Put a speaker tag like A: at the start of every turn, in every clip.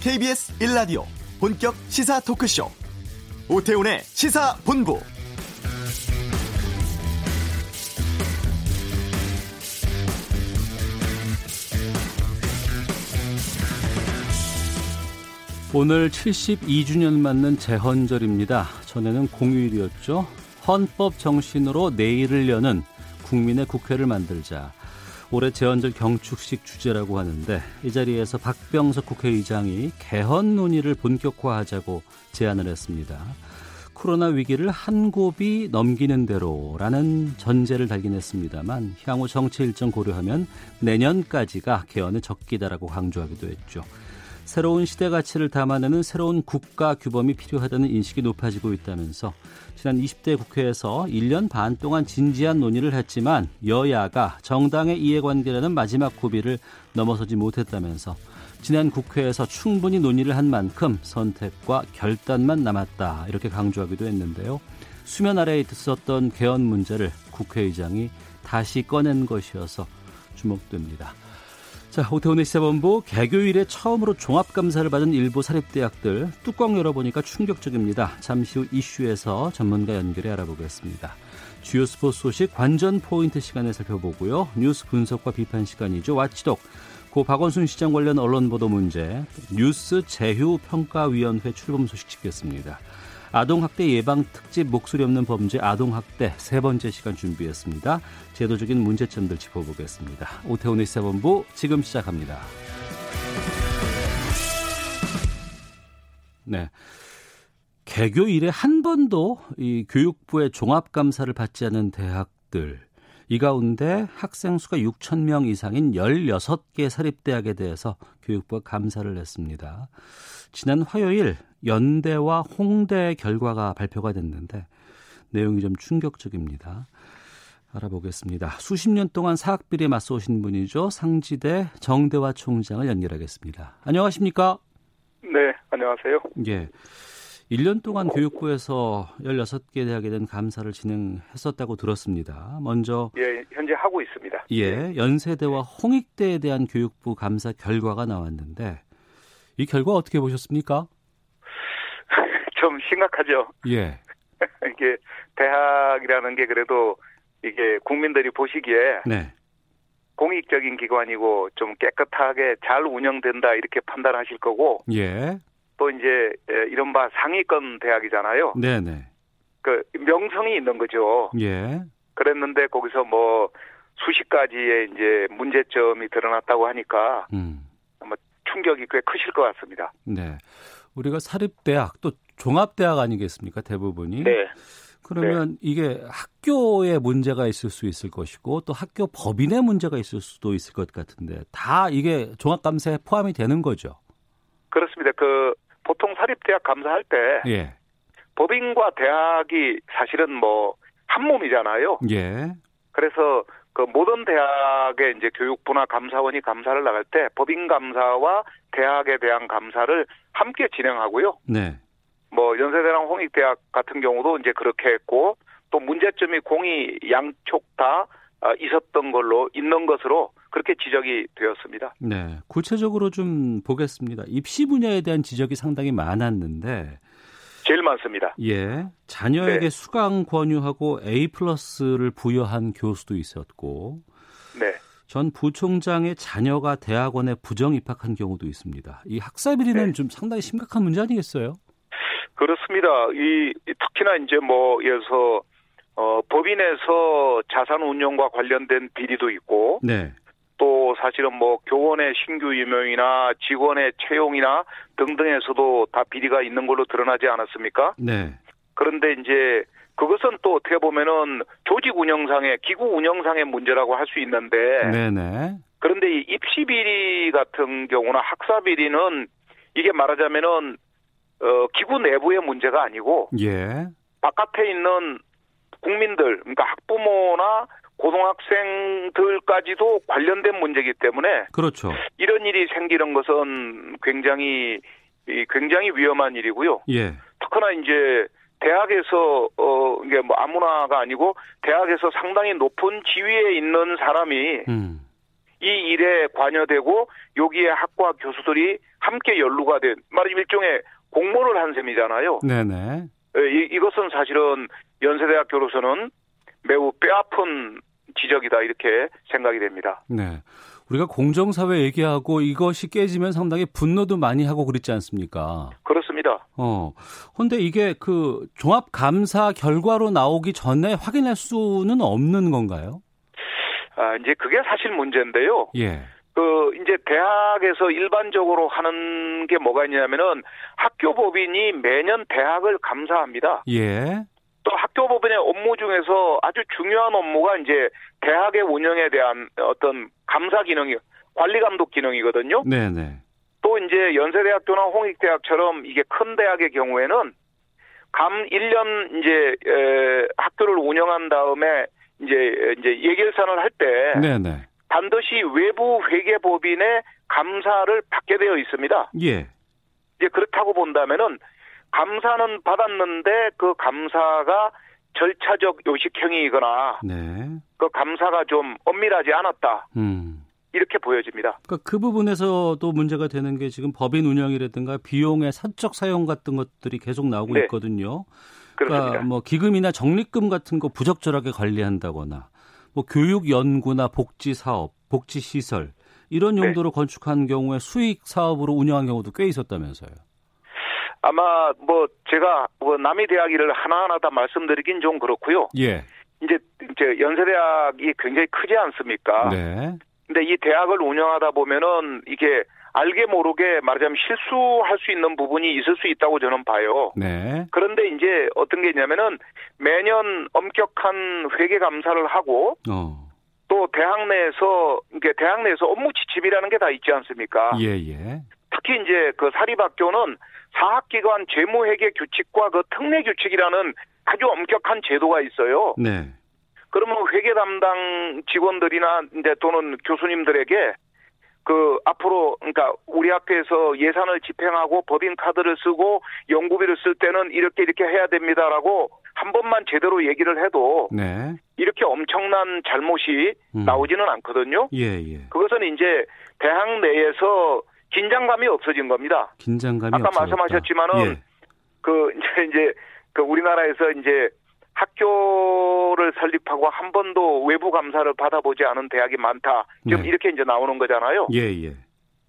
A: KBS 1라디오 본격 시사 토크쇼 오태훈의 시사본부
B: 오늘 72주년 맞는 재헌절입니다. 전에는 공휴일이었죠. 헌법 정신으로 내일을 여는 국민의 국회를 만들자. 올해 재헌절 경축식 주제라고 하는데 이 자리에서 박병석 국회의장이 개헌 논의를 본격화하자고 제안을 했습니다. 코로나 위기를 한 곱이 넘기는 대로라는 전제를 달긴 했습니다만 향후 정치 일정 고려하면 내년까지가 개헌의 적기다라고 강조하기도 했죠. 새로운 시대 가치를 담아내는 새로운 국가 규범이 필요하다는 인식이 높아지고 있다면서 지난 20대 국회에서 1년 반 동안 진지한 논의를 했지만 여야가 정당의 이해관계라는 마지막 고비를 넘어서지 못했다면서 지난 국회에서 충분히 논의를 한 만큼 선택과 결단만 남았다 이렇게 강조하기도 했는데요. 수면 아래에 있었던 개헌 문제를 국회의장이 다시 꺼낸 것이어서 주목됩니다. 자, 오태훈의 시사본부 개교일에 처음으로 종합감사를 받은 일부 사립대학들 뚜껑 열어보니까 충격적입니다. 잠시 후 이슈에서 전문가 연결해 알아보겠습니다. 주요 스포츠 소식 관전 포인트 시간에 살펴보고요. 뉴스 분석과 비판 시간이죠. 와치독 고 박원순 시장 관련 언론 보도 문제 뉴스 재휴 평가위원회 출범 소식 짚겠습니다. 아동학대 예방 특집 목소리 없는 범죄 아동학대 세 번째 시간 준비했습니다. 제도적인 문제점들 짚어보겠습니다. 오태훈의 시사본부 지금 시작합니다. 네. 개교 일에 한 번도 이 교육부의 종합감사를 받지 않은 대학들 이 가운데 학생 수가 6천 명 이상인 16개 사립대학에 대해서 교육부가 감사를 했습니다. 지난 화요일 연대와 홍대 결과가 발표가 됐는데 내용이 좀 충격적입니다. 알아보겠습니다. 수십 년 동안 사학비리에 맞서오신 분이죠. 상지대 정대화 총장을 연결하겠습니다. 안녕하십니까?
C: 네, 안녕하세요.
B: 예. 1년 동안 교육부에서 16개 대학에 대한 감사를 진행했었다고 들었습니다. 먼저
C: 예, 현재 하고 있습니다.
B: 예, 연세대와 홍익대에 대한 교육부 감사 결과가 나왔는데 이 결과 어떻게 보셨습니까?
C: 좀 심각하죠.
B: 예.
C: 이게 대학이라는 게 그래도 이게 국민들이 보시기에
B: 네.
C: 공익적인 기관이고 좀 깨끗하게 잘 운영된다 이렇게 판단하실 거고
B: 예.
C: 또 이제 예, 이른바 상위권 대학이잖아요.
B: 네, 네.
C: 그 명성이 있는 거죠.
B: 예.
C: 그랬는데 거기서 뭐 수십 가지의 이제 문제점이 드러났다고 하니까
B: 음.
C: 충격이 꽤 크실 것 같습니다.
B: 네. 우리가 사립대학 또 종합대학 아니겠습니까? 대부분이.
C: 네.
B: 그러면 이게 학교에 문제가 있을 수 있을 것이고 또 학교 법인의 문제가 있을 수도 있을 것 같은데 다 이게 종합감사에 포함이 되는 거죠.
C: 그렇습니다. 그 보통 사립대학 감사할 때
B: 예.
C: 법인과 대학이 사실은 뭐 한 몸이잖아요.
B: 예.
C: 그래서 그 모든 대학의 이제 교육부나 감사원이 감사를 나갈 때 법인 감사와 대학에 대한 감사를 함께 진행하고요.
B: 네.
C: 뭐 연세대랑 홍익대학 같은 경우도 이제 그렇게 했고 또 문제점이 공이 양쪽 다 아, 있었던 걸로 있는 것으로 그렇게 지적이 되었습니다.
B: 네. 구체적으로 좀 보겠습니다. 입시 분야에 대한 지적이 상당히 많았는데
C: 제일 많습니다.
B: 예. 자녀에게
C: 네.
B: 수강 권유하고 A 플러스를 부여한 교수도 있었고
C: 네.
B: 전 부총장의 자녀가 대학원에 부정 입학한 경우도 있습니다. 이 학사비리는
C: 네.
B: 좀 상당히 심각한 문제 아니겠어요?
C: 그렇습니다. 이, 이 특히나 이제 뭐 예서 어 법인에서 자산 운용과 관련된 비리도 있고
B: 네.
C: 또 사실은 뭐 교원의 신규 임용이나 직원의 채용이나 등등에서도 다 비리가 있는 걸로 드러나지 않았습니까?
B: 네.
C: 그런데 이제 그것은 또 어떻게 보면은 조직 운영상의 기구 운영상의 문제라고 할 수 있는데
B: 네, 네.
C: 그런데 이 입시 비리 같은 경우나 학사 비리는 이게 말하자면은 어 기구 내부의 문제가 아니고
B: 예.
C: 바깥에 있는 국민들, 그러니까 학부모나 고등학생들까지도 관련된 문제이기 때문에
B: 그렇죠.
C: 이런 일이 생기는 것은 굉장히 이, 굉장히 위험한 일이고요.
B: 예.
C: 특히나 이제 대학에서 어 이게 뭐 아무나가 아니고 대학에서 상당히 높은 지위에 있는 사람이
B: 음.
C: 이 일에 관여되고 여기에 학과 교수들이 함께 연루가 된 말하자면 일종의 공모를 한 셈이잖아요.
B: 네네.
C: 예, 이, 이것은 사실은 연세대학교로서는 매우 뼈아픈 지적이다 이렇게 생각이 됩니다.
B: 네. 우리가 공정사회 얘기하고 이것이 깨지면 상당히 분노도 많이 하고 그랬지 않습니까?
C: 그렇습니다.
B: 어. 근데 이게 그 종합감사 결과로 나오기 전에 확인할 수는 없는 건가요?
C: 아, 이제 그게 사실 문제인데요.
B: 예.
C: 그 이제 대학에서 일반적으로 하는 게 뭐가 있냐면은 학교 법인이 매년 대학을 감사합니다.
B: 예.
C: 또 학교 법인의 업무 중에서 아주 중요한 업무가 이제 대학의 운영에 대한 어떤 감사 기능이 관리 감독 기능이거든요.
B: 네네.
C: 또 이제 연세대학교나 홍익대학처럼 이게 큰 대학의 경우에는 감 1년 이제 에, 학교를 운영한 다음에 이제 이제 예결산을 할때
B: 네네.
C: 반드시 외부 회계법인의 감사를 받게 되어 있습니다.
B: 예.
C: 이제 그렇다고 본다면은 감사는 받았는데 그 감사가 절차적 요식행위이거나
B: 네.
C: 그 감사가 좀 엄밀하지 않았다
B: 음.
C: 이렇게 보여집니다.
B: 그러니까 그 부분에서도 문제가 되는 게 지금 법인 운영이라든가 비용의 사적 사용 같은 것들이 계속 나오고
C: 네.
B: 있거든요.
C: 그렇습니다.
B: 뭐 기금이나 적립금 같은 거 부적절하게 관리한다거나 뭐 교육 연구나 복지 사업, 복지 시설 이런
C: 네.
B: 용도로 건축한 경우에 수익 사업으로 운영한 경우도 꽤 있었다면서요.
C: 아마 뭐 제가 뭐 남이 대학 일을 하나하나 다 말씀드리긴 좀 그렇고요.
B: 예.
C: 이제 이제 연세대학이 굉장히 크지 않습니까?
B: 네.
C: 근데 이 대학을 운영하다 보면은 이게 알게 모르게 말하자면 실수할 수 있는 부분이 있을 수 있다고 저는 봐요.
B: 네.
C: 그런데 이제 어떤 게 있냐면은 매년 엄격한 회계 감사를 하고
B: 어.
C: 또 대학 내에서 이게 대학 내에서 업무 지침이라는 게 다 있지 않습니까?
B: 예, 예.
C: 특히 이제 그 사립학교는 사학기관 재무회계 규칙과 그 특례 규칙이라는 아주 엄격한 제도가 있어요.
B: 네.
C: 그러면 회계 담당 직원들이나 이제 또는 교수님들에게 그 앞으로 그러니까 우리 학교에서 예산을 집행하고 법인 카드를 쓰고 연구비를 쓸 때는 이렇게 이렇게 해야 됩니다라고 한 번만 제대로 얘기를 해도
B: 네.
C: 이렇게 엄청난 잘못이
B: 음.
C: 나오지는 않거든요.
B: 예, 예.
C: 그것은 이제 대학 내에서 긴장감이 없어진 겁니다.
B: 긴장감이
C: 아까
B: 없어졌다.
C: 말씀하셨지만은 그 이제 이제 그 우리나라에서 이제 학교를 설립하고 한 번도 외부 감사를 받아보지 않은 대학이 많다. 지금
B: 네.
C: 이렇게 이제 나오는 거잖아요.
B: 예, 예. 예.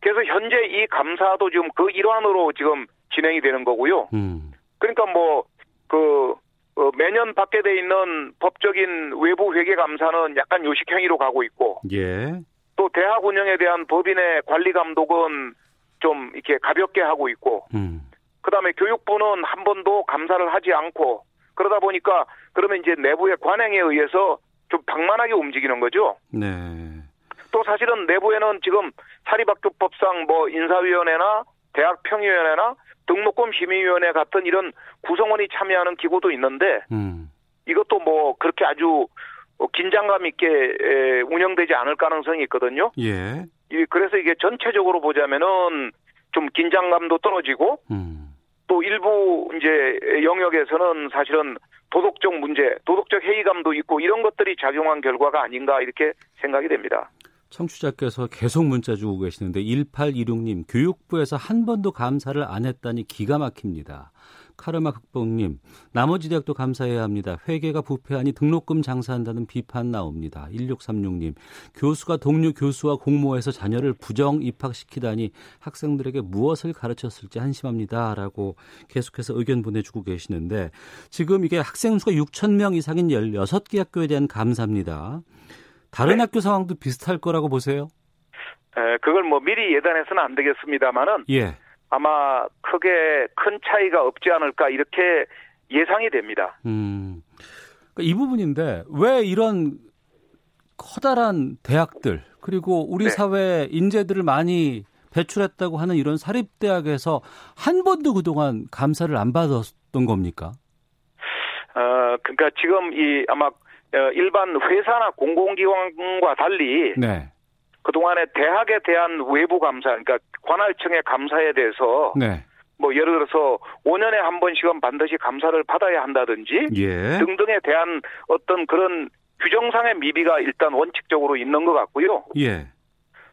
C: 그래서 현재 이 감사도 지금 그 일환으로 지금 진행이 되는 거고요.
B: 음.
C: 그러니까 뭐 그 매년 받게 돼 있는 법적인 외부 회계 감사는 약간 요식 행위로 가고 있고
B: 예.
C: 또 대학 운영에 대한 법인의 관리 감독은 좀 이렇게 가볍게 하고 있고
B: 음.
C: 그다음에 교육부는 한 번도 감사를 하지 않고 그러다 보니까 그러면 이제 내부의 관행에 의해서 좀 방만하게 움직이는 거죠.
B: 네.
C: 또 사실은 내부에는 지금 사립학교법상 뭐 인사위원회나 대학평위원회나 등록금 심의위원회 같은 이런 구성원이 참여하는 기구도 있는데
B: 음.
C: 이것도 뭐 그렇게 아주 어, 긴장감 있게 에, 운영되지 않을 가능성이 있거든요.
B: 예.
C: 이- 그래서 이게 전체적으로 보자면은 좀 긴장감도 떨어지고
B: 음.
C: 또 일부 이제 영역에서는 사실은 도덕적 문제, 도덕적 해이감도 있고 이런 것들이 작용한 결과가 아닌가 이렇게 생각이 됩니다.
B: 청취자께서 계속 문자 주고 계시는데 1826님 교육부에서 한 번도 감사를 안 했다니 기가 막힙니다. 카르마 극복님 나머지 대학도 감사해야 합니다. 회계가 부패하니 등록금 장사한다는 비판 나옵니다. 1636님 교수가 동료 교수와 공모해서 자녀를 부정 입학시키다니 학생들에게 무엇을 가르쳤을지 한심합니다라고 계속해서 의견 보내주고 계시는데 지금 이게 학생 수가 6천 명 이상인 16개 학교에 대한 감사입니다. 다른 학교 상황도 비슷할 거라고 보세요?
C: 에, 그걸 뭐 미리 예단해서는 안 되겠습니다만은
B: 예.
C: 아마 크게 큰 차이가 없지 않을까 이렇게 예상이 됩니다.
B: 음. 그러니까 이 부분인데 왜 이런 커다란 대학들 그리고 우리
C: 네.
B: 사회 인재들을 많이 배출했다고 하는 이런 사립 대학에서 한 번도 그동안 감사를 안 받았던 겁니까?
C: 어, 그러니까 지금 이 아마 어, 일반 회사나 공공기관과 달리
B: 네.
C: 그동안에 대학에 대한 외부 감사, 그러니까 관할청의 감사에 대해서
B: 네.
C: 뭐 예를 들어서 5년에 한 번씩은 반드시 감사를 받아야 한다든지
B: 예.
C: 등등에 대한 어떤 그런 규정상의 미비가 일단 원칙적으로 있는 것 같고요.
B: 예.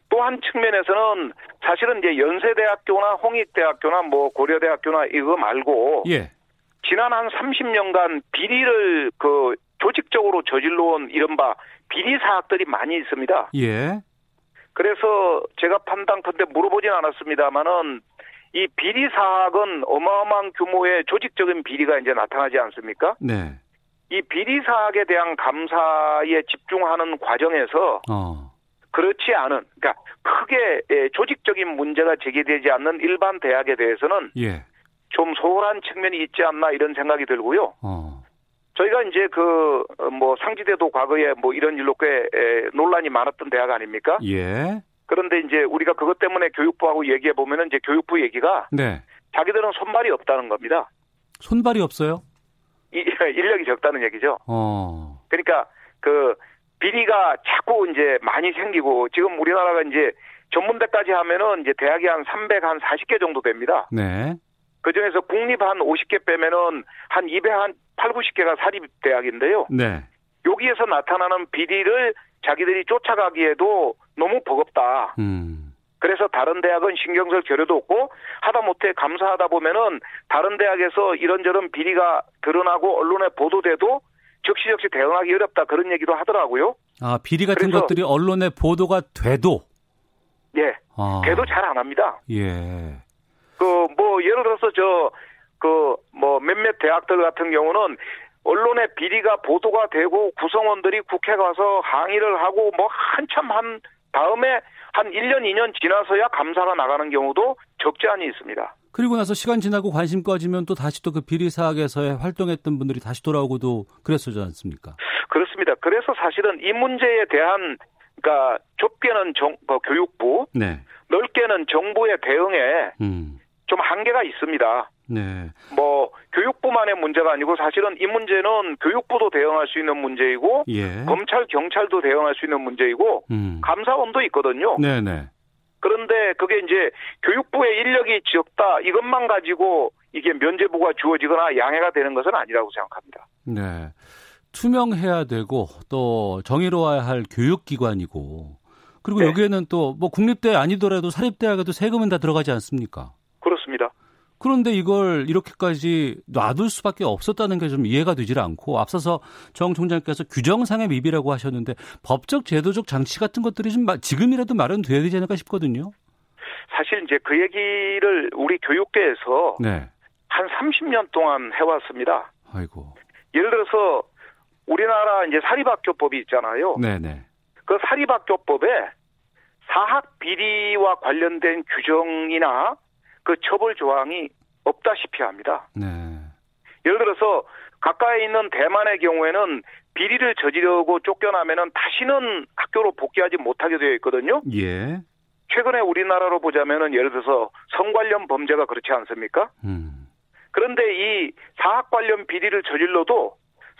C: 또 한 측면에서는 사실은 이제 연세대학교나 홍익대학교나 뭐 고려대학교나 이거 말고
B: 예.
C: 지난 한 30년간 비리를 그 조직적으로 저질러온 이른바 비리 사학들이 많이 있습니다.
B: 예.
C: 그래서 제가 판단컨대 물어보진 않았습니다만은 이 비리 사학은 어마어마한 규모의 조직적인 비리가 이제 나타나지 않습니까?
B: 네.
C: 이 비리 사학에 대한 감사에 집중하는 과정에서
B: 어.
C: 그렇지 않은 그러니까 크게 예, 조직적인 문제가 제기되지 않는 일반 대학에 대해서는
B: 예.
C: 좀 소홀한 측면이 있지 않나 이런 생각이 들고요.
B: 어.
C: 저희가 이제 그 뭐 상지대도 과거에 뭐 이런 일로 꽤 에, 논란이 많았던 대학 아닙니까?
B: 예.
C: 그런데 이제 우리가 그것 때문에 교육부하고 얘기해 보면은 이제 교육부 얘기가
B: 네.
C: 자기들은 손발이 없다는 겁니다.
B: 손발이 없어요?
C: 이, 인력이 적다는 얘기죠.
B: 어.
C: 그러니까 그 비리가 자꾸 이제 많이 생기고 지금 우리나라가 이제 전문대까지 하면은 이제 대학이 한 300, 한 40개 정도 됩니다.
B: 네.
C: 그 중에서 국립 한 50개 빼면은 한 200, 한 8, 90개가 사립대학인데요.
B: 네.
C: 여기에서 나타나는 비리를 자기들이 쫓아가기에도 너무 버겁다.
B: 음.
C: 그래서 다른 대학은 신경 쓸 겨를도 없고 하다못해 감사하다 보면은 다른 대학에서 이런저런 비리가 드러나고 언론에 보도돼도 즉시 즉시 대응하기 어렵다 그런 얘기도 하더라고요.
B: 아, 비리 같은
C: 그래서-
B: 것들이 언론에 보도가 돼도
C: 예.
B: 아.
C: 걔도 잘 안 합니다.
B: 예.
C: 그 뭐 예를 들어서 저 그 뭐 몇몇 대학들 같은 경우는 언론에 비리가 보도가 되고 구성원들이 국회 가서 항의를 하고 뭐 한참 한 다음에 한 1년 2년 지나서야 감사가 나가는 경우도 적지 않이 있습니다.
B: 그리고 나서 시간 지나고 관심 꺼지면 또 다시 또 그 비리 사학에서의 활동했던 분들이 다시 돌아오고도 그랬었지 않습니까?
C: 그렇습니다. 그래서 사실은 이 문제에 대한 그러니까 좁게는 정, 어, 교육부,
B: 네.
C: 넓게는 정부의 대응에
B: 음.
C: 좀 한계가 있습니다.
B: 네.
C: 뭐 교육부만의 문제가 아니고 사실은 이 문제는 교육부도 대응할 수 있는 문제이고
B: 예.
C: 검찰 경찰도 대응할 수 있는 문제이고
B: 음.
C: 감사원도 있거든요.
B: 네, 네.
C: 그런데 그게 이제 교육부의 인력이 적다 이것만 가지고 이게 면제부가 주어지거나 양해가 되는 것은 아니라고 생각합니다.
B: 네. 투명해야 되고 또 정의로워야 할 교육기관이고 그리고
C: 네.
B: 여기에는 또 뭐 국립대 아니더라도 사립대학에도 세금은 다 들어가지 않습니까?
C: 그렇습니다.
B: 그런데 이걸 이렇게까지 놔둘 수밖에 없었다는 게 좀 이해가 되질 않고 앞서서 정 총장께서 규정상의 미비라고 하셨는데 법적 제도적 장치 같은 것들이 좀 마- 지금이라도 마련돼야 되지 않을까 싶거든요.
C: 사실 이제 그 얘기를 우리 교육계에서
B: 네.
C: 한 30년 동안 해왔습니다.
B: 아이고.
C: 예를 들어서 우리나라 이제 사립학교법이 있잖아요.
B: 네, 네.
C: 그 사립학교법에 사학 비리와 관련된 규정이나 그 처벌 조항이 없다시피 합니다.
B: 네.
C: 예를 들어서 가까이 있는 대만의 경우에는 비리를 저지르고 쫓겨나면은 다시는 학교로 복귀하지 못하게 되어 있거든요.
B: 예.
C: 최근에 우리나라로 보자면은 예를 들어서 성 관련 범죄가 그렇지 않습니까?
B: 음.
C: 그런데 이 사학 관련 비리를 저질러도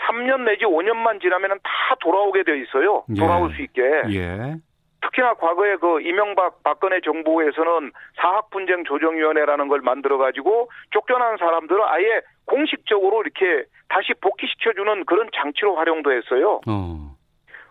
C: 3년 내지 5년만 지나면 다 돌아오게 돼 있어요.
B: 예.
C: 돌아올 수 있게.
B: 예.
C: 특히나 과거에 그 이명박 박근혜 정부에서는 사학 분쟁 조정위원회라는 걸 만들어 가지고 쫓겨난 사람들을 아예 공식적으로 이렇게 다시 복귀시켜 주는 그런 장치로 활용도 했어요.
B: 어.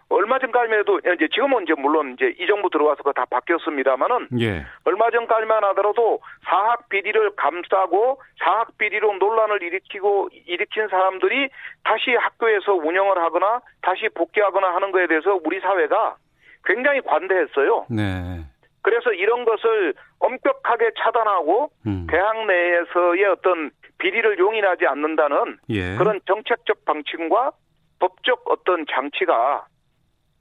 C: 얼마 전까지만 해도 이제 지금은 이제 물론 이제 이 정부 들어와서 그다 바뀌었습니다마는
B: 예.
C: 얼마 전까지만 하더라도 사학 비리를 감싸고 사학 비리로 논란을 일으키고 일으킨 사람들이 다시 학교에서 운영을 하거나 다시 복귀하거나 하는 거에 대해서 우리 사회가 굉장히 관대했어요.
B: 네.
C: 그래서 이런 것을 엄격하게 차단하고
B: 음.
C: 대학 내에서의 어떤 비리를 용인하지 않는다는
B: 예.
C: 그런 정책적 방침과 법적 어떤 장치가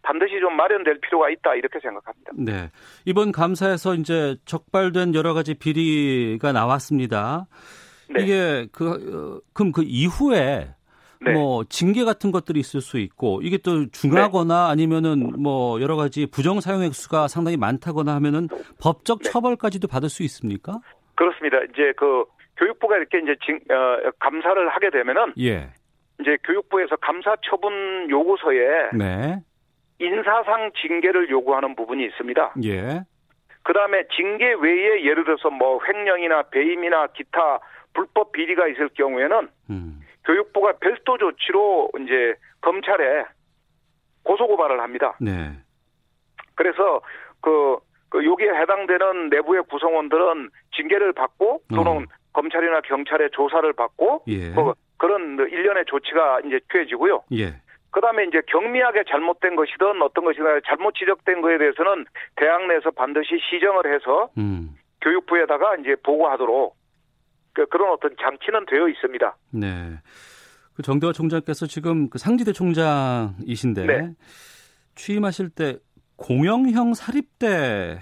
C: 반드시 좀 마련될 필요가 있다 이렇게 생각합니다.
B: 네. 이번 감사에서 이제 적발된 여러 가지 비리가 나왔습니다.
C: 네.
B: 이게 그 어, 그럼 그 이후에
C: 네.
B: 뭐 징계 같은 것들이 있을 수 있고 이게 또 중하거나
C: 네.
B: 아니면은 뭐 여러 가지 부정 사용 액수가 상당히 많다거나 하면은 법적
C: 네.
B: 처벌까지도 받을 수 있습니까?
C: 그렇습니다. 이제 그 교육부가 이렇게 이제 징, 어, 감사를 하게 되면은
B: 예.
C: 이제 교육부에서 감사 처분 요구서에
B: 네.
C: 인사상 징계를 요구하는 부분이 있습니다.
B: 예.
C: 그다음에 징계 외에 예를 들어서 뭐 횡령이나 배임이나 기타 불법 비리가 있을 경우에는
B: 음.
C: 교육부가 별도 조치로 이제 검찰에 고소 고발을 합니다.
B: 네.
C: 그래서 그 그 여기에 해당되는 내부의 구성원들은 징계를 받고 또는
B: 어.
C: 검찰이나 경찰의 조사를 받고
B: 예.
C: 뭐 그런 일련의 조치가 이제 취해지고요.
B: 예.
C: 그다음에 이제 경미하게 잘못된 것이든 어떤 것이든 잘못 지적된 것에 대해서는 대학 내에서 반드시 시정을 해서
B: 음.
C: 교육부에다가 이제 보고하도록 그- 그런 어떤 장치는 되어 있습니다.
B: 네. 그 정대화 총장께서 지금 그 상지대 총장이신데
C: 네.
B: 취임하실 때 공영형 사립대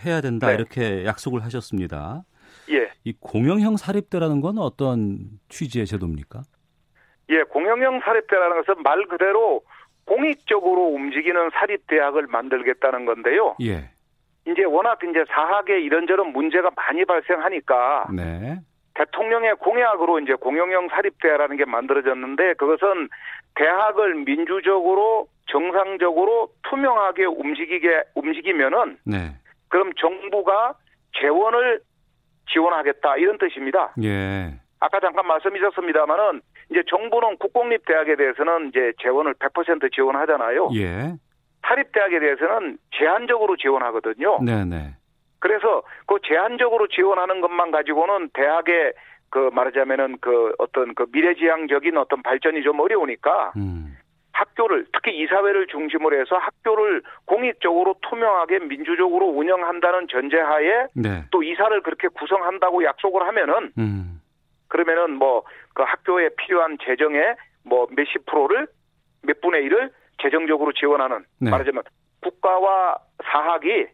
B: 해야 된다
C: 네.
B: 이렇게 약속을 하셨습니다.
C: 예.
B: 이 공영형 사립대라는 건 어떤 취지의 제도입니까?
C: 예, 공영형 사립대라는 것은 말 그대로 공익적으로 움직이는 사립대학을 만들겠다는 건데요.
B: 예.
C: 이제 워낙 이제 사학에 이런저런 문제가 많이 발생하니까
B: 네.
C: 대통령의 공약으로 이제 공영형 사립대라는 게 만들어졌는데 그것은 대학을 민주적으로 정상적으로 투명하게 움직이게 움직이면은
B: 네.
C: 그럼 정부가 재원을 지원하겠다 이런 뜻입니다.
B: 예.
C: 아까 잠깐 말씀이셨습니다만은 이제 정부는 국공립 대학에 대해서는 이제 재원을 100% 지원하잖아요.
B: 예.
C: 사립 대학에 대해서는 제한적으로 지원하거든요.
B: 네, 네.
C: 그래서 그 제한적으로 지원하는 것만 가지고는 대학의 그 말하자면은 그 어떤 그 미래지향적인 어떤 발전이 좀 어려우니까
B: 음.
C: 학교를 특히 이사회를 중심으로 해서 학교를 공익적으로 투명하게 민주적으로 운영한다는 전제하에
B: 네.
C: 또 이사를 그렇게 구성한다고 약속을 하면은
B: 음.
C: 그러면은 뭐 그 학교에 필요한 재정의 뭐 몇십 프로를 몇 분의 일을 재정적으로 지원하는
B: 네.
C: 말하자면 국가와 사학이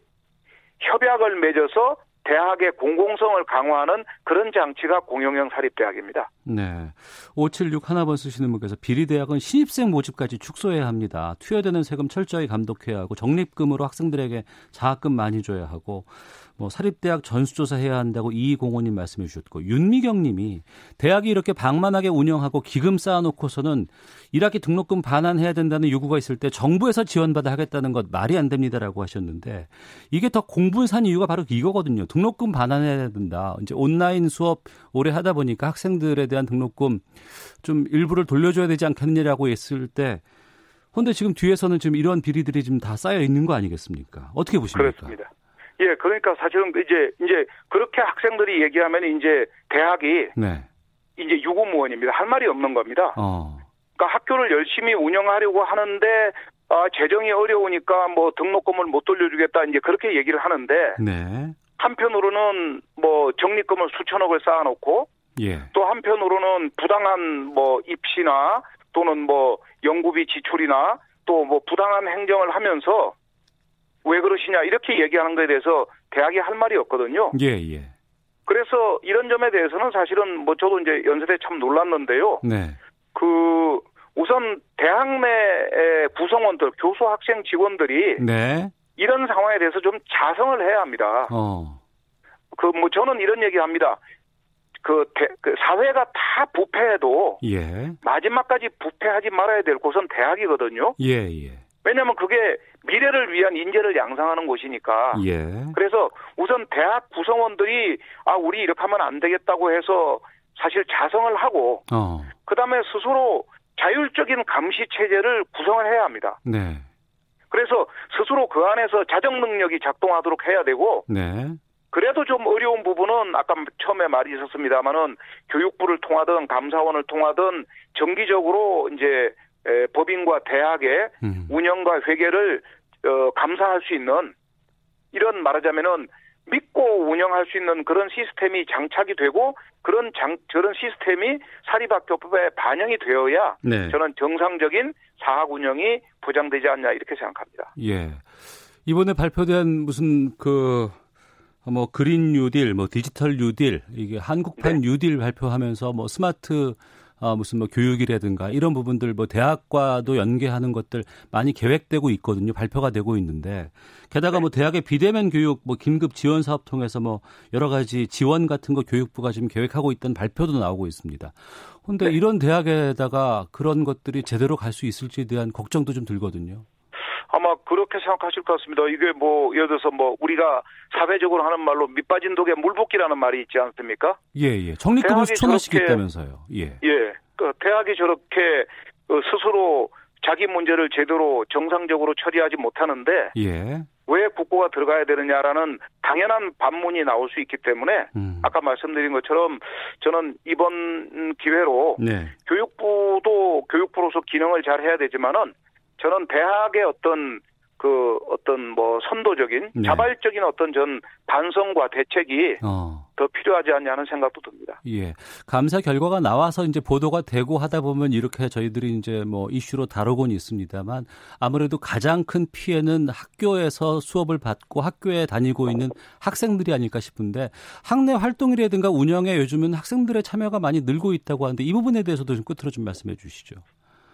C: 협약을 맺어서 대학의 공공성을 강화하는 그런 장치가 공영형 사립대학입니다.
B: 네. 576 하나번 쓰시는 분께서 비리대학은 신입생 모집까지 축소해야 합니다. 투여되는 세금 철저히 감독해야 하고 적립금으로 학생들에게 장학금 많이 줘야 하고 뭐 사립대학 전수조사 해야 한다고 이공원님 말씀해 주셨고 윤미경 님이 대학이 이렇게 방만하게 운영하고 기금 쌓아놓고서는 1학기 등록금 반환해야 된다는 요구가 있을 때 정부에서 지원받아 하겠다는 것 말이 안 됩니다라고 하셨는데 이게 더 공분 산 이유가 바로 이거거든요. 등록금 반환해야 된다. 이제 온라인 수업 오래 하다 보니까 학생들에 대한 등록금 좀 일부를 돌려줘야 되지 않겠느냐라고 했을 때 근데 지금 뒤에서는 지금 이런 비리들이 지금 다 쌓여 있는 거 아니겠습니까? 어떻게 보십니까?
C: 그렇습니다. 예, 그러니까 사실은 이제 이제 그렇게 학생들이 얘기하면 이제 대학이
B: 네.
C: 이제 유구무원입니다. 할 말이 없는 겁니다.
B: 어.
C: 그러니까 학교를 열심히 운영하려고 하는데 아, 재정이 어려우니까 뭐 등록금을 못 돌려주겠다 이제 그렇게 얘기를 하는데
B: 네.
C: 한편으로는 뭐 적립금을 수천억을 쌓아놓고
B: 예.
C: 또 한편으로는 부당한 뭐 입시나 또는 뭐 연구비 지출이나 또 뭐 부당한 행정을 하면서 왜 그러시냐 이렇게 얘기하는 거에 대해서 대학이 할 말이 없거든요.
B: 예, 예.
C: 그래서 이런 점에 대해서는 사실은 뭐 저도 이제 연설에 참 놀랐는데요.
B: 네.
C: 그 우선 대학 내 구성원들 교수 학생 직원들이
B: 네.
C: 이런 상황에 대해서 좀 자성을 해야 합니다.
B: 어.
C: 그 뭐 저는 이런 얘기합니다. 그, 대- 그 사회가 다 부패해도
B: 예.
C: 마지막까지 부패하지 말아야 될 곳은 대학이거든요.
B: 예, 예.
C: 왜냐하면 그게 미래를 위한 인재를 양성하는 곳이니까.
B: 예.
C: 그래서 우선 대학 구성원들이 아 우리 이렇게 하면 안 되겠다고 해서 사실 자성을 하고
B: 어.
C: 그 다음에 스스로 자율적인 감시 체제를 구성을 해야 합니다.
B: 네.
C: 그래서 스스로 그 안에서 자정 능력이 작동하도록 해야 되고
B: 네.
C: 그래도 좀 어려운 부분은 아까 처음에 말이 있었습니다만은 교육부를 통하든 감사원을 통하든 정기적으로 이제 에, 법인과 대학의
B: 음.
C: 운영과 회계를 어, 감사할 수 있는 이런 말하자면은 믿고 운영할 수 있는 그런 시스템이 장착이 되고 그런 장 저런 시스템이 사립학교법에 반영이 되어야
B: 네.
C: 저는 정상적인 사학 운영이 보장되지 않냐 이렇게 생각합니다.
B: 예. 이번에 발표된 무슨 그, 뭐, 그린 뉴딜, 뭐, 디지털 뉴딜, 이게
C: 네.
B: 한국판 뉴딜 발표하면서 뭐, 스마트, 아, 무슨 뭐, 교육이라든가 이런 부분들, 뭐, 대학과도 연계하는 것들 많이 계획되고 있거든요. 발표가 되고 있는데. 게다가
C: 네.
B: 뭐, 대학의 비대면 교육, 뭐, 긴급 지원 사업 통해서 뭐, 여러 가지 지원 같은 거 교육부가 지금 계획하고 있다는 발표도 나오고 있습니다.
C: 네.
B: 근데 이런 대학에다가 그런 것들이 제대로 갈 수 있을지에 대한 걱정도 좀 들거든요.
C: 아마 그렇게 생각하실 것 같습니다. 이게 뭐 예를 들어서 뭐 우리가 사회적으로 하는 말로 밑빠진 독에 물 붓기라는 말이 있지 않습니까?
B: 예, 예. 적립금을
C: 대학이
B: 추천하시겠다면서요. 예.
C: 예, 그 대학이 저렇게 어, 스스로 자기 문제를 제대로 정상적으로 처리하지 못하는데
B: 예.
C: 왜 국고가 들어가야 되느냐라는 당연한 반문이 나올 수 있기 때문에
B: 음.
C: 아까 말씀드린 것처럼 저는 이번 기회로
B: 네.
C: 교육부도 교육부로서 기능을 잘 해야 되지만은 저는 대학의 어떤 그 어떤 뭐 선도적인
B: 네.
C: 자발적인 어떤 전 반성과 대책이
B: 어.
C: 더 필요하지 않냐 하는 생각도 듭니다.
B: 예. 감사 결과가 나와서 이제 보도가 되고 하다 보면 이렇게 저희들이 이제 뭐 이슈로 다루곤 있습니다만 아무래도 가장 큰 피해는 학교에서 수업을 받고 학교에 다니고 있는 학생들이 아닐까 싶은데 학내 활동이라든가 운영에 요즘은 학생들의 참여가 많이 늘고 있다고 하는데 이 부분에 대해서도 좀 끝으로 좀 말씀해 주시죠.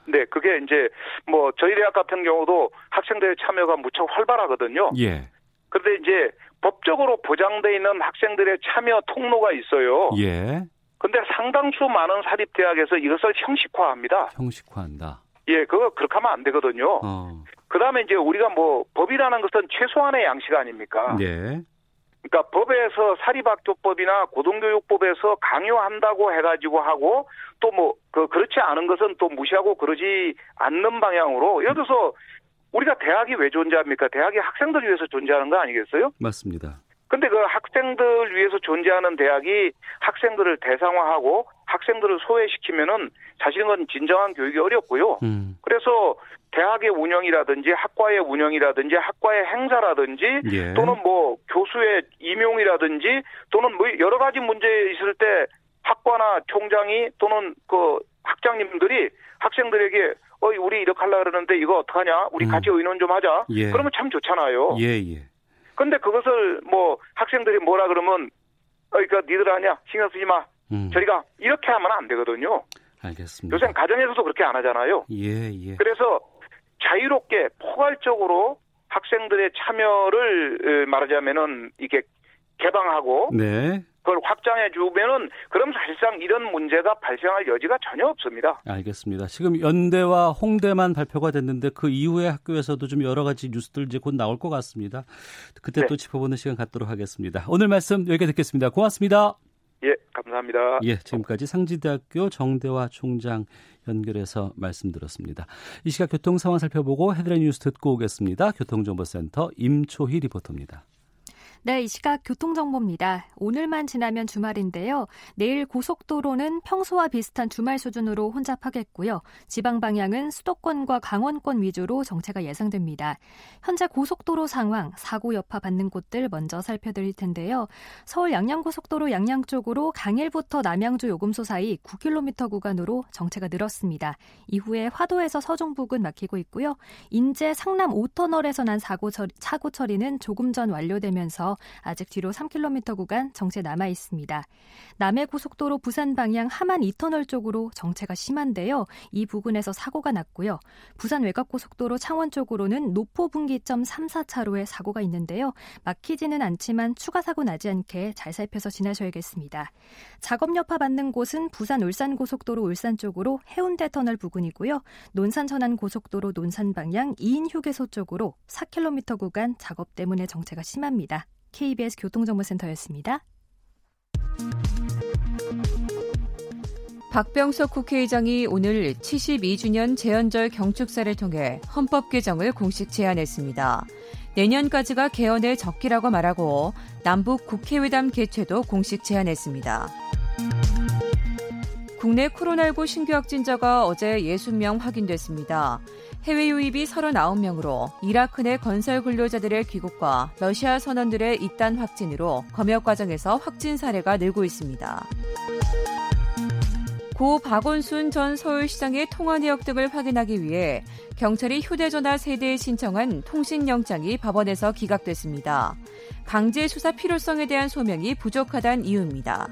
C: 네, 그게 이제 뭐 저희 대학 같은 경우도 학생들의 참여가 무척 활발하거든요.
B: 예.
C: 그런데 이제 법적으로 보장돼 있는 학생들의 참여 통로가 있어요.
B: 예.
C: 근데 상당수 많은 사립 대학에서 이것을 형식화합니다.
B: 형식화한다.
C: 예, 그거 그렇게 하면 안 되거든요.
B: 어.
C: 그다음에 이제 우리가 뭐 법이라는 것은 최소한의 양식 아닙니까?
B: 예.
C: 그러니까 법에서 사립학교법이나 고등교육법에서 강요한다고 해가지고 하고 또 뭐 그 그렇지 않은 것은 또 무시하고 그러지 않는 방향으로 예를 들어서 우리가 대학이 왜 존재합니까? 대학이 학생들 위해서 존재하는 거 아니겠어요?
B: 맞습니다.
C: 근데 그 학생들 위해서 존재하는 대학이 학생들을 대상화하고 학생들을 소외시키면은 사실은 진정한 교육이 어렵고요.
B: 음.
C: 그래서 대학의 운영이라든지 학과의 운영이라든지 학과의 행사라든지
B: 예.
C: 또는 뭐 교수의 임용이라든지 또는 뭐 여러 가지 문제 있을 때 학과나 총장이 또는 그 학장님들이 학생들에게 어 우리 이렇게 하려 그러는데 이거 어떡하냐 우리
B: 음.
C: 같이 의논 좀 하자
B: 예.
C: 그러면 참 좋잖아요
B: 예, 예.
C: 근데 그것을 뭐 학생들이 뭐라 그러면 어 그러니까 니들 하냐 신경 쓰지 마
B: 음.
C: 저리가 이렇게 하면 안 되거든요
B: 알겠습니다.
C: 요새 가정에서도 그렇게 안 하잖아요
B: 예, 예.
C: 그래서 자유롭게 포괄적으로 학생들의 참여를 에, 말하자면은 이게 개방하고
B: 네.
C: 그걸 확장해 주면은 그럼 사실상 이런 문제가 발생할 여지가 전혀 없습니다.
B: 알겠습니다. 지금 연대와 홍대만 발표가 됐는데 그 이후에 학교에서도 좀 여러 가지 뉴스들 이제 곧 나올 것 같습니다. 그때
C: 네.
B: 또 짚어보는 시간 갖도록 하겠습니다. 오늘 말씀 여기까지 듣겠습니다. 고맙습니다.
C: 예, 감사합니다.
B: 예, 지금까지 상지대학교 정대화 총장 연결해서 말씀드렸습니다. 이 시각 교통 상황 살펴보고 헤드라인 뉴스 듣고 오겠습니다. 교통정보센터 임초희 리포터입니다.
D: 네, 이 시각 교통정보입니다. 오늘만 지나면 주말인데요. 내일 고속도로는 평소와 비슷한 주말 수준으로 혼잡하겠고요. 지방 방향은 수도권과 강원권 위주로 정체가 예상됩니다. 현재 고속도로 상황, 사고 여파 받는 곳들 먼저 살펴드릴 텐데요. 서울 양양고속도로 양양 쪽으로 강일부터 남양주 요금소 사이 9km 구간으로 정체가 늘었습니다. 이후에 화도에서 서종 부근 막히고 있고요. 인제 상남 5터널에서 난 사고 처리, 사고 처리는 조금 전 완료되면서 아직 뒤로 3km 구간 정체 남아 있습니다. 남해 고속도로 부산 방향 하만 2터널 쪽으로 정체가 심한데요. 이 부근에서 사고가 났고요. 부산 외곽 고속도로 창원 쪽으로는 노포 분기점 3, 4차로에 사고가 있는데요. 막히지는 않지만 추가 사고 나지 않게 잘 살펴서 지나셔야겠습니다. 작업 여파 받는 곳은 부산 울산 고속도로 울산 쪽으로 해운대 터널 부근이고요. 논산 천안 고속도로 논산 방향 2인 휴게소 쪽으로 4km 구간 작업 때문에 정체가 심합니다. KBS 교통정보센터였습니다.
E: 박병석 국회의장이 오늘 72주년 재헌절 경축사를 통해 헌법 개정을 공식 제안했습니다. 내년까지가 개헌의 적기라고 말하고 남북 국회회담 개최도 공식 제안했습니다. 국내 코로나19 신규 확진자가 어제 60명 확인됐습니다. 해외 유입이 39명으로 이라크 내 건설 근로자들의 귀국과 러시아 선원들의 입단 확진으로 검역 과정에서 확진 사례가 늘고 있습니다. 고 박원순 전 서울시장의 통화 내역 등을 확인하기 위해 경찰이 휴대전화 세대에 신청한 통신영장이 법원에서 기각됐습니다. 강제 수사 필요성에 대한 소명이 부족하다는 이유입니다.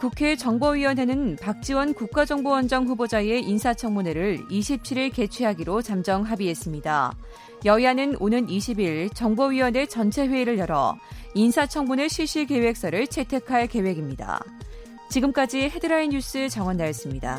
E: 국회 정보위원회는 박지원 국가정보원장 후보자의 인사청문회를 27일 개최하기로 잠정 합의했습니다. 여야는 오는 20일 정보위원회 전체 회의를 열어 인사청문회 실시 계획서를 채택할 계획입니다. 지금까지 헤드라인 뉴스 정원나였습니다.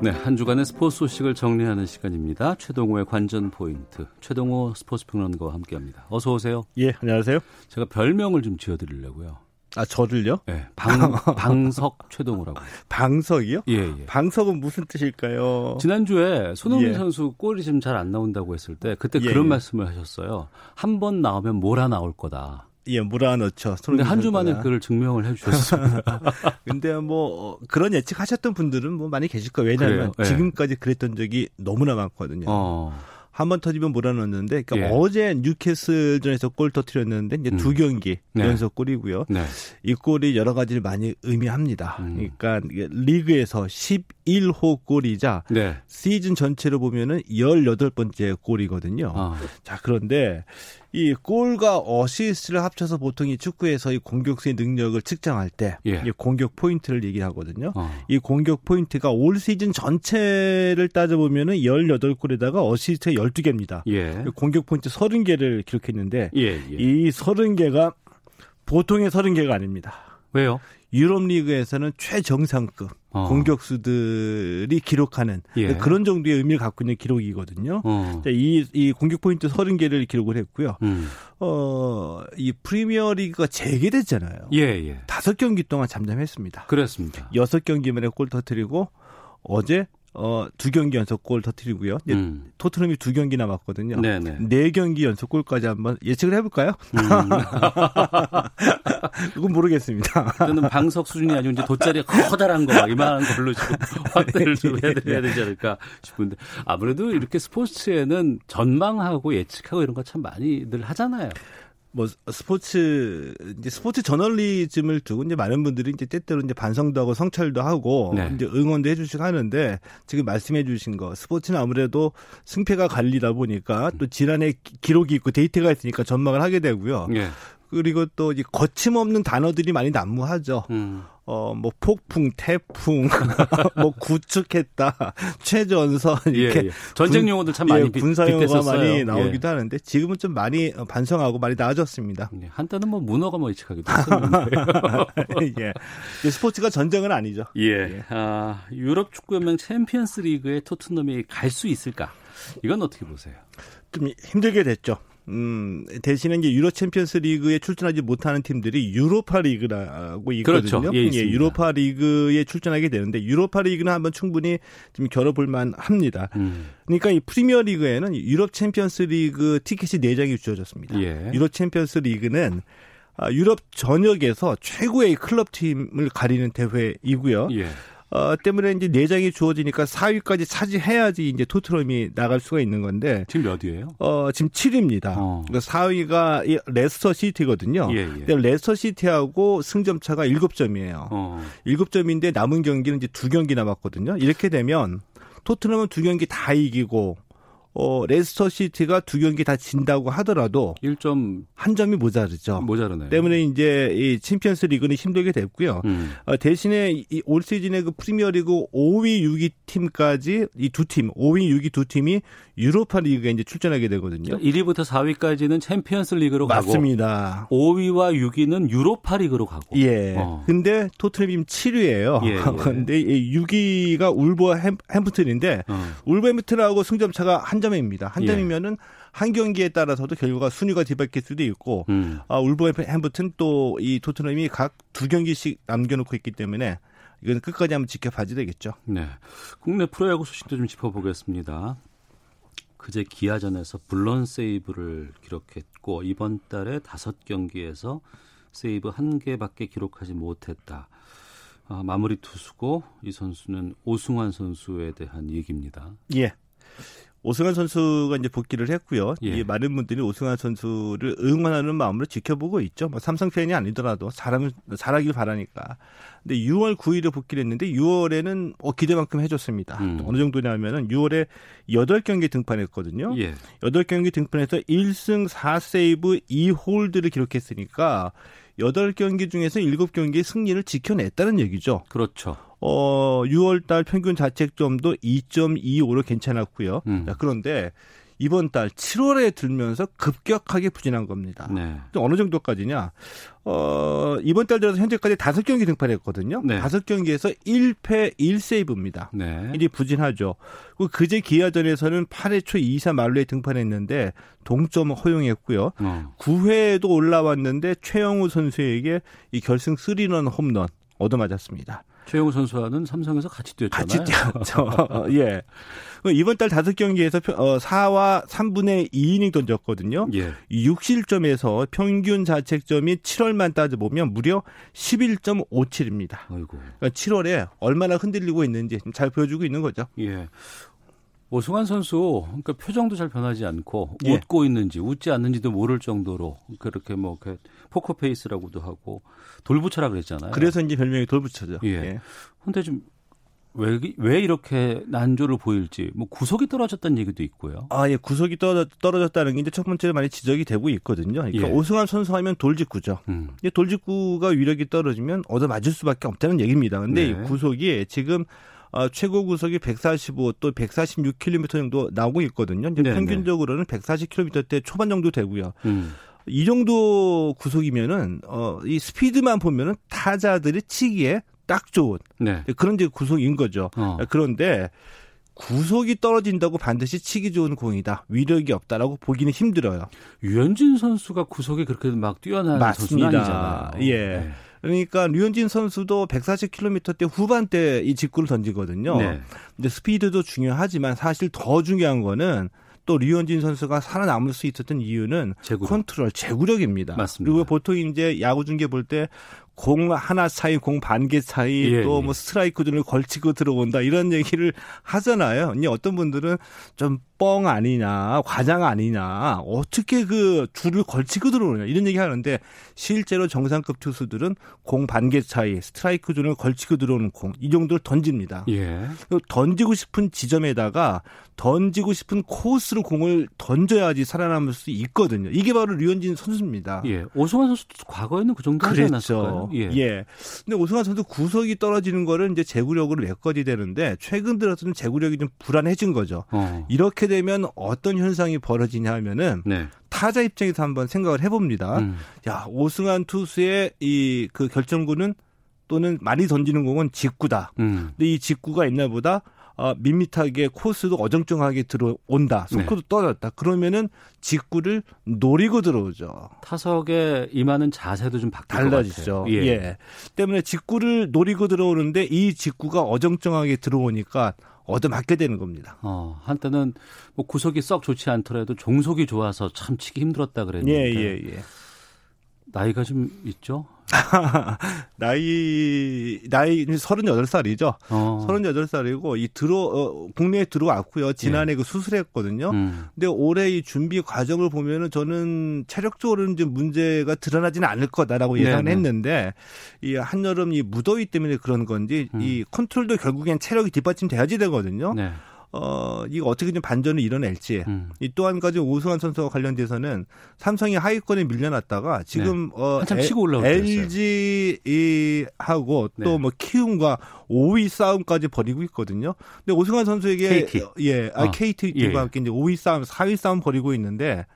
B: 네, 한 주간의 스포츠 소식을 정리하는 시간입니다. 최동호의 관전 포인트. 최동호 스포츠 평론가와 함께합니다. 어서 오세요.
F: 예, 안녕하세요.
B: 제가 별명을 좀 지어드리려고요.
F: 아, 저를요?
B: 네, 방, 방석 최동호라고.
F: 방석이요?
B: 예, 예.
F: 방석은 무슨 뜻일까요?
B: 지난주에 손흥민
F: 예.
B: 선수 골이 지금 잘 안 나온다고 했을 때 그때
F: 예,
B: 그런
F: 예.
B: 말씀을 하셨어요. 한 번 나오면 몰아 나올 거다.
F: 예, 몰아넣죠.
B: 근데 한 주 만에
F: 손흥민 선수나.
B: 그걸 증명을 해주셨어요.
F: 근데 뭐 어, 그런 예측하셨던 분들은 뭐 많이 계실 거예요. 왜냐하면
B: 그래요? 예.
F: 지금까지 그랬던 적이 너무나 많거든요.
B: 어,
F: 한 번 터지면 몰아넣는데 그러니까
B: 예.
F: 어제 뉴캐슬전에서 골 터뜨렸는데 이제
B: 음.
F: 두 경기
B: 네.
F: 연속 골이고요.
B: 네.
F: 이 골이 여러 가지를 많이 의미합니다.
B: 음.
F: 그러니까 이게 리그에서 11호 골이자
B: 네.
F: 시즌 전체로 보면은 18번째 골이거든요.
B: 아,
F: 자, 그런데 이 골과 어시스트를 합쳐서 보통 이 축구에서 이 공격수의 능력을 측정할 때
B: 예.
F: 이 공격 포인트를 얘기하거든요.
B: 어.
F: 이 공격 포인트가 올 시즌 전체를 따져보면은 18골에다가 어시스트 12개입니다. 그
B: 예.
F: 공격 포인트 30개를 기록했는데
B: 예, 예.
F: 이 30개가 보통의 30개가 아닙니다.
B: 왜요?
F: 유럽 리그에서는 최정상급
B: 어.
F: 공격수들이 기록하는
B: 예.
F: 그런 정도의 의미를 갖고 있는 기록이거든요.
B: 어.
F: 자, 이, 이 공격 포인트 30개를 기록을 했고요.
B: 음.
F: 어, 이 프리미어 리그가 재개됐잖아요.
B: 예, 예.
F: 다섯 경기 동안 잠잠했습니다.
B: 그랬습니다.
F: 여섯 경기 만에 골 터뜨리고 어제 어, 두 경기 연속 골 터뜨리고요. 이제
B: 음.
F: 토트넘이 두 경기 남았거든요.
B: 네네. 음.
F: 네 경기 연속 골까지 한번 예측을 해볼까요? 그건 모르겠습니다.
B: 저는 방석 수준이 아니고 이제 돗자리가 커다란 거, 막 이만한 걸로 지금
F: 네.
B: 확대를 좀
F: 예.
B: 해드려야 되지 않을까 싶은데 아무래도 이렇게 스포츠에는 전망하고 예측하고 이런 거 참 많이들 하잖아요.
F: 뭐 스포츠 이제 스포츠 저널리즘을 두고 이제 많은 분들이 이제 때때로 이제 반성도 하고 성찰도 하고
B: 네.
F: 이제 응원도 해주시고 하는데 지금 말씀해주신 거 스포츠는 아무래도 승패가 갈리다 보니까 또 지난해 기- 기록이 있고 데이터가 있으니까 전망을 하게 되고요.
B: 예.
F: 그리고 또 이제 거침없는 단어들이 많이 난무하죠.
B: 음.
F: 어 뭐 폭풍, 태풍, 뭐 구축했다, 최전선
B: 예,
F: 이렇게
B: 예. 전쟁 용어들 참 많이
F: 예,
B: 빗-
F: 군사 용어가
B: 빗댔었어요.
F: 많이
B: 예.
F: 나오기도 하는데 지금은 좀 많이 어, 반성하고 많이 나아졌습니다.
B: 예, 한때는 뭐 문어가 뭐 예측하기도 했었는데.
F: 예. 이제 스포츠가 전쟁은 아니죠.
B: 예. 아, 유럽 축구연맹 챔피언스 리그에 토트넘이 갈 수 있을까? 이건 어떻게 보세요?
F: 좀 힘들게 됐죠. 음, 대신에 이제 유로 챔피언스 리그에 출전하지 못하는 팀들이 유로파 리그라고 있거든요.
B: 그렇죠. 예, 있습니다.
F: 유로파 리그에 출전하게 되는데 유로파 리그는 한번 충분히 좀 겨뤄볼 만 합니다.
B: 음.
F: 그러니까 이 프리미어 리그에는 유럽 챔피언스 리그 티켓이 4장이 주어졌습니다.
B: 예.
F: 유럽 챔피언스 리그는 아, 유럽 전역에서 최고의 클럽 팀을 가리는 대회이고요.
B: 예.
F: 어, 때문에 이제 내장이 주어지니까 4위까지 차지해야지 이제 토트넘이 나갈 수가 있는 건데,
B: 지금 몇 위예요?
F: 어, 지금 7위입니다.
B: 어.
F: 그러니까 4위가 레스터 시티거든요.
B: 예, 예.
F: 근데 레스터 시티하고 승점차가 7점이에요.
B: 어.
F: 7점인데 남은 경기는 이제 두 경기 남았거든요. 이렇게 되면 토트넘은 두 경기 다 이기고, 어, 레스터 시티가 두 경기 다 진다고 하더라도
B: 1점
F: 한 점이 모자르죠.
B: 뭐, 모자르네요.
F: 아, 때문에 이제 이 챔피언스 리그는 힘들게 됐고요.
B: 음.
F: 어, 대신에 이 올 시즌에 그 프리미어리그 5위 6위 팀까지 이 두 팀, 5위 6위 두 팀이 유로파 리그에 이제 출전하게 되거든요.
B: 그러니까 1위부터 4위까지는 챔피언스 리그로
F: 맞습니다.
B: 가고 5위와 6위는 유로파 리그로 가고.
F: 예.
B: 어.
F: 근데 토트넘이 지금 7위예요.
B: 예, 예.
F: 근데 이 6위가 울버햄프튼인데
B: 어.
F: 울버햄프튼하고 승점 차가 한 점입니다. 한
B: 예.
F: 점이면은 한 경기에 따라서도 결과가 순위가 뒤바뀔 수도 있고
B: 음.
F: 아, 울버햄프튼 또 이 토트넘이 각 두 경기씩 남겨놓고 있기 때문에 이건 끝까지 한번 지켜봐야 되겠죠.
B: 네. 국내 프로야구 소식도 좀 짚어보겠습니다. 그제 기아전에서 블런 세이브를 기록했고 이번 달에 다섯 경기에서 세이브 한 개밖에 기록하지 못했다. 아, 마무리 투수고 이 선수는 오승환 선수에 대한 얘기입니다.
F: 예. 오승환 선수가 이제 복귀를 했고요.
B: 예.
F: 이 많은 분들이 오승환 선수를 응원하는 마음으로 지켜보고 있죠. 뭐 삼성 팬이 아니더라도 잘하면 잘하길 바라니까. 근데 6월 9일에 복귀를 했는데 6월에는 어, 기대만큼 해줬습니다.
B: 음.
F: 어느 정도냐면은 6월에 8경기 등판했거든요.
B: 예.
F: 여덟 경기 등판해서 1승 4세이브 2홀드를 기록했으니까 여덟 경기 중에서 일곱 경기의 승리를 지켜냈다는 얘기죠.
B: 그렇죠.
F: 어, 6월달 평균 자책점도 2.25로 괜찮았고요.
B: 음.
F: 자, 그런데 이번 달 7월에 들면서 급격하게 부진한 겁니다.
B: 네.
F: 또 어느 정도까지냐? 어, 이번 달 들어서 현재까지 다섯 경기 등판했거든요.
B: 네.
F: 다섯 경기에서 1패 1세이브입니다.
B: 네.
F: 일이 부진하죠. 그리고 그제 기아전에서는 8회 초 2사 만루에 등판했는데 동점 허용했고요.
B: 어.
F: 9회에도 올라왔는데 최영우 선수에게 이 결승 3런 홈런 얻어맞았습니다.
B: 최용우 선수와는 삼성에서 같이 뛰었잖아요.
F: 같이 뛰었죠. 예. 그 이번 달 다섯 경기에서 어, 4와 3분의 2이닝 던졌거든요.
B: 예.
F: 6실점에서 평균 자책점이 7월만 따져보면 무려 11.57입니다.
B: 아이고.
F: 그러니까 7월에 얼마나 흔들리고 있는지 지금 잘 보여주고 있는 거죠.
B: 예. 오승환 선수 그러니까 표정도 잘 변하지 않고
F: 예.
B: 웃고 있는지 웃지 않는지도 모를 정도로 그렇게 뭐 이렇게 포커 페이스라고도 하고 돌부처라 그랬잖아요.
F: 그래서 이제 별명이 돌부처죠.
B: 예. 근데 좀 왜 왜 이렇게 난조를 보일지 뭐 구속이 떨어졌다는 얘기도 있고요.
F: 아, 예, 구속이 떨어- 떨어졌다는 게 이제 첫 번째로 많이 지적이 되고 있거든요. 그러니까
B: 예.
F: 오승환 선수 하면 돌직구죠.
B: 음.
F: 이제 돌직구가 위력이 떨어지면 얻어맞을 수밖에 없다는 얘기입니다. 근데
B: 네.
F: 이 구속이 지금 어, 최고 구속이 145 또 146km 정도 나오고 있거든요. 이제
B: 네,
F: 평균적으로는 140km대 초반 정도 되고요.
B: 음.
F: 이 정도 구속이면은 어, 이 스피드만 보면은 타자들이 치기에 딱 좋은
B: 네.
F: 그런 이제 구속인 거죠.
B: 어.
F: 그런데 구속이 떨어진다고 반드시 치기 좋은 공이다. 위력이 없다라고 보기는 힘들어요.
B: 유현진 선수가 구속이 그렇게 막 뛰어난 선수는
F: 맞습니다.
B: 아니잖아요.
F: 예.
B: 네.
F: 그러니까 류현진 선수도 140km대 후반대 이 직구를 던지거든요.
B: 네.
F: 근데 스피드도 중요하지만 사실 더 중요한 거는 또 류현진 선수가 살아남을 수 있었던 이유는
B: 제구력.
F: 컨트롤 제구력입니다.
B: 맞습니다.
F: 그리고 보통 이제 야구 중계 볼 때 공 하나 사이, 공 반 개 사이,
B: 예,
F: 또
B: 예.
F: 뭐 스트라이크 존을 걸치고 들어온다 이런 얘기를 하잖아요. 근데 어떤 분들은 좀 뻥 아니냐, 과장 아니냐, 어떻게 그 줄을 걸치고 들어오냐 이런 얘기 하는데 실제로 정상급 투수들은 공 반 개 사이, 스트라이크 존을 걸치고 들어오는 공 이 정도를 던집니다.
B: 예.
F: 그 던지고 싶은 지점에다가 던지고 싶은 코스로 공을 던져야지 살아남을 수 있거든요. 이게 바로 류현진 선수입니다.
B: 예. 오승환 선수 과거에는 그 정도 하지 않았을까요?
F: 아. 그랬죠.
B: 예.
F: 근데 오승환 선수 구석이 떨어지는 거를 이제 제구력으로 메꿔지 되는데 최근 들어서는 제구력이 좀 불안해진 거죠.
B: 어.
F: 이렇게 되면 어떤 현상이 벌어지냐 하면은
B: 네.
F: 타자 입장에서 한번 생각을 해봅니다.
B: 음.
F: 야 오승환 투수의 이 그 결정구는 또는 많이 던지는 공은 직구다.
B: 음.
F: 근데 이 직구가 있나보다 아, 밋밋하게 코스도 어정쩡하게 들어온다.
B: 네.
F: 속도도 떨어졌다. 그러면은 직구를 노리고 들어오죠.
B: 타석에 임하는 자세도 좀 바뀔 것
F: 달라지죠.
B: 같아요.
F: 예. 때문에 직구를 노리고 들어오는데 이 직구가 어정쩡하게 들어오니까 얻어맞게 되는 겁니다.
B: 어, 한때는 뭐 구속이 썩 좋지 않더라도 종속이 좋아서 참 치기 힘들었다
F: 예,
B: 그랬는데
F: 예, 예.
B: 나이가 좀 있죠.
F: 나이, 나이 38살이죠.
B: 어.
F: 38살이고, 이 들어, 어, 국내에 들어왔고요. 지난해 그 수술했거든요.
B: 예. 음.
F: 근데 올해 이 준비 과정을 보면은 저는 체력적으로는 이제 문제가 드러나지는 않을 거다라고
B: 네네.
F: 예상했는데 이 한여름 이 무더위 때문에 그런 건지 이 컨트롤도 결국엔 체력이 뒷받침돼야지 되거든요.
B: 음. 네.
F: 어 이거 어떻게 좀 반전을 이뤄낼지.
B: 음.
F: 이 또 한 가지 오승환 선수와 관련돼서는 삼성이 하위권에 밀려났다가 지금 어
B: 네. 한참
F: 에-
B: 치고 올라올 때였어요.
F: LG 이 하고
B: 네.
F: 또 뭐 키움과 5위 싸움까지 벌이고 있거든요. 근데 오승환 선수에게
B: KT.
F: 예, 아,
B: 어.
F: KT
B: 예.
F: 팀과 함께 이제 5위 싸움, 4위 싸움 벌이고 있는데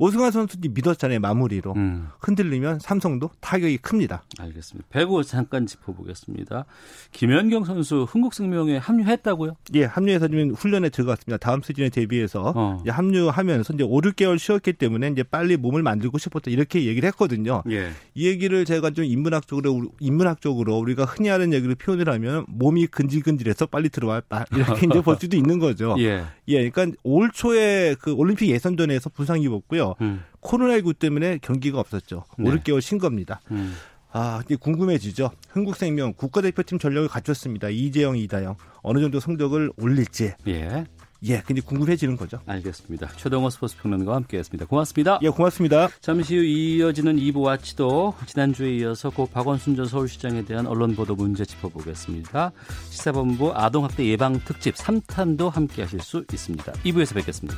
F: 오승환 선수 이제 믿었잖아요 마무리로
B: 음.
F: 흔들리면 삼성도 타격이 큽니다.
B: 알겠습니다. 배구 잠깐 짚어보겠습니다. 김연경 선수 흥국생명에 합류했다고요?
F: 예, 합류해서 지금 훈련에 들어갔습니다. 다음 시즌에 대비해서
B: 어.
F: 이제 합류하면서 이제 5, 6개월 쉬었기 때문에 이제 빨리 몸을 만들고 싶었다 이렇게 얘기를 했거든요.
B: 예.
F: 이 얘기를 제가 좀 인문학적으로 우리- 인문학적으로 우리가 흔히 하는 얘기를 표현을 하면 몸이 근질근질해서 빨리 들어왔다 이렇게 이제 볼 수도 있는 거죠. 예,
B: 예.
F: 그러니까 올 초에 그 올림픽 예선전에서 부상 입었고요.
B: 음.
F: 코로나19 때문에 경기가 없었죠.
B: 네.
F: 5개월 쉰 겁니다.
B: 음.
F: 아, 이제 궁금해지죠. 흥국생명 국가대표팀 전력을 갖췄습니다. 이재영, 이다영 어느 정도 성적을 올릴지
B: 예.
F: 예, 근데 궁금해지는 거죠.
B: 알겠습니다. 최동호 스포츠 평론가와 함께했습니다. 고맙습니다.
F: 예, 고맙습니다.
B: 잠시 후 이어지는 2부 와치도 지난주에 이어서 고 박원순 전 서울시장에 대한 언론 보도 문제 짚어보겠습니다. 시사본부 아동학대 예방 특집 3탄도 함께 하실 수 있습니다. 2부에서 뵙겠습니다.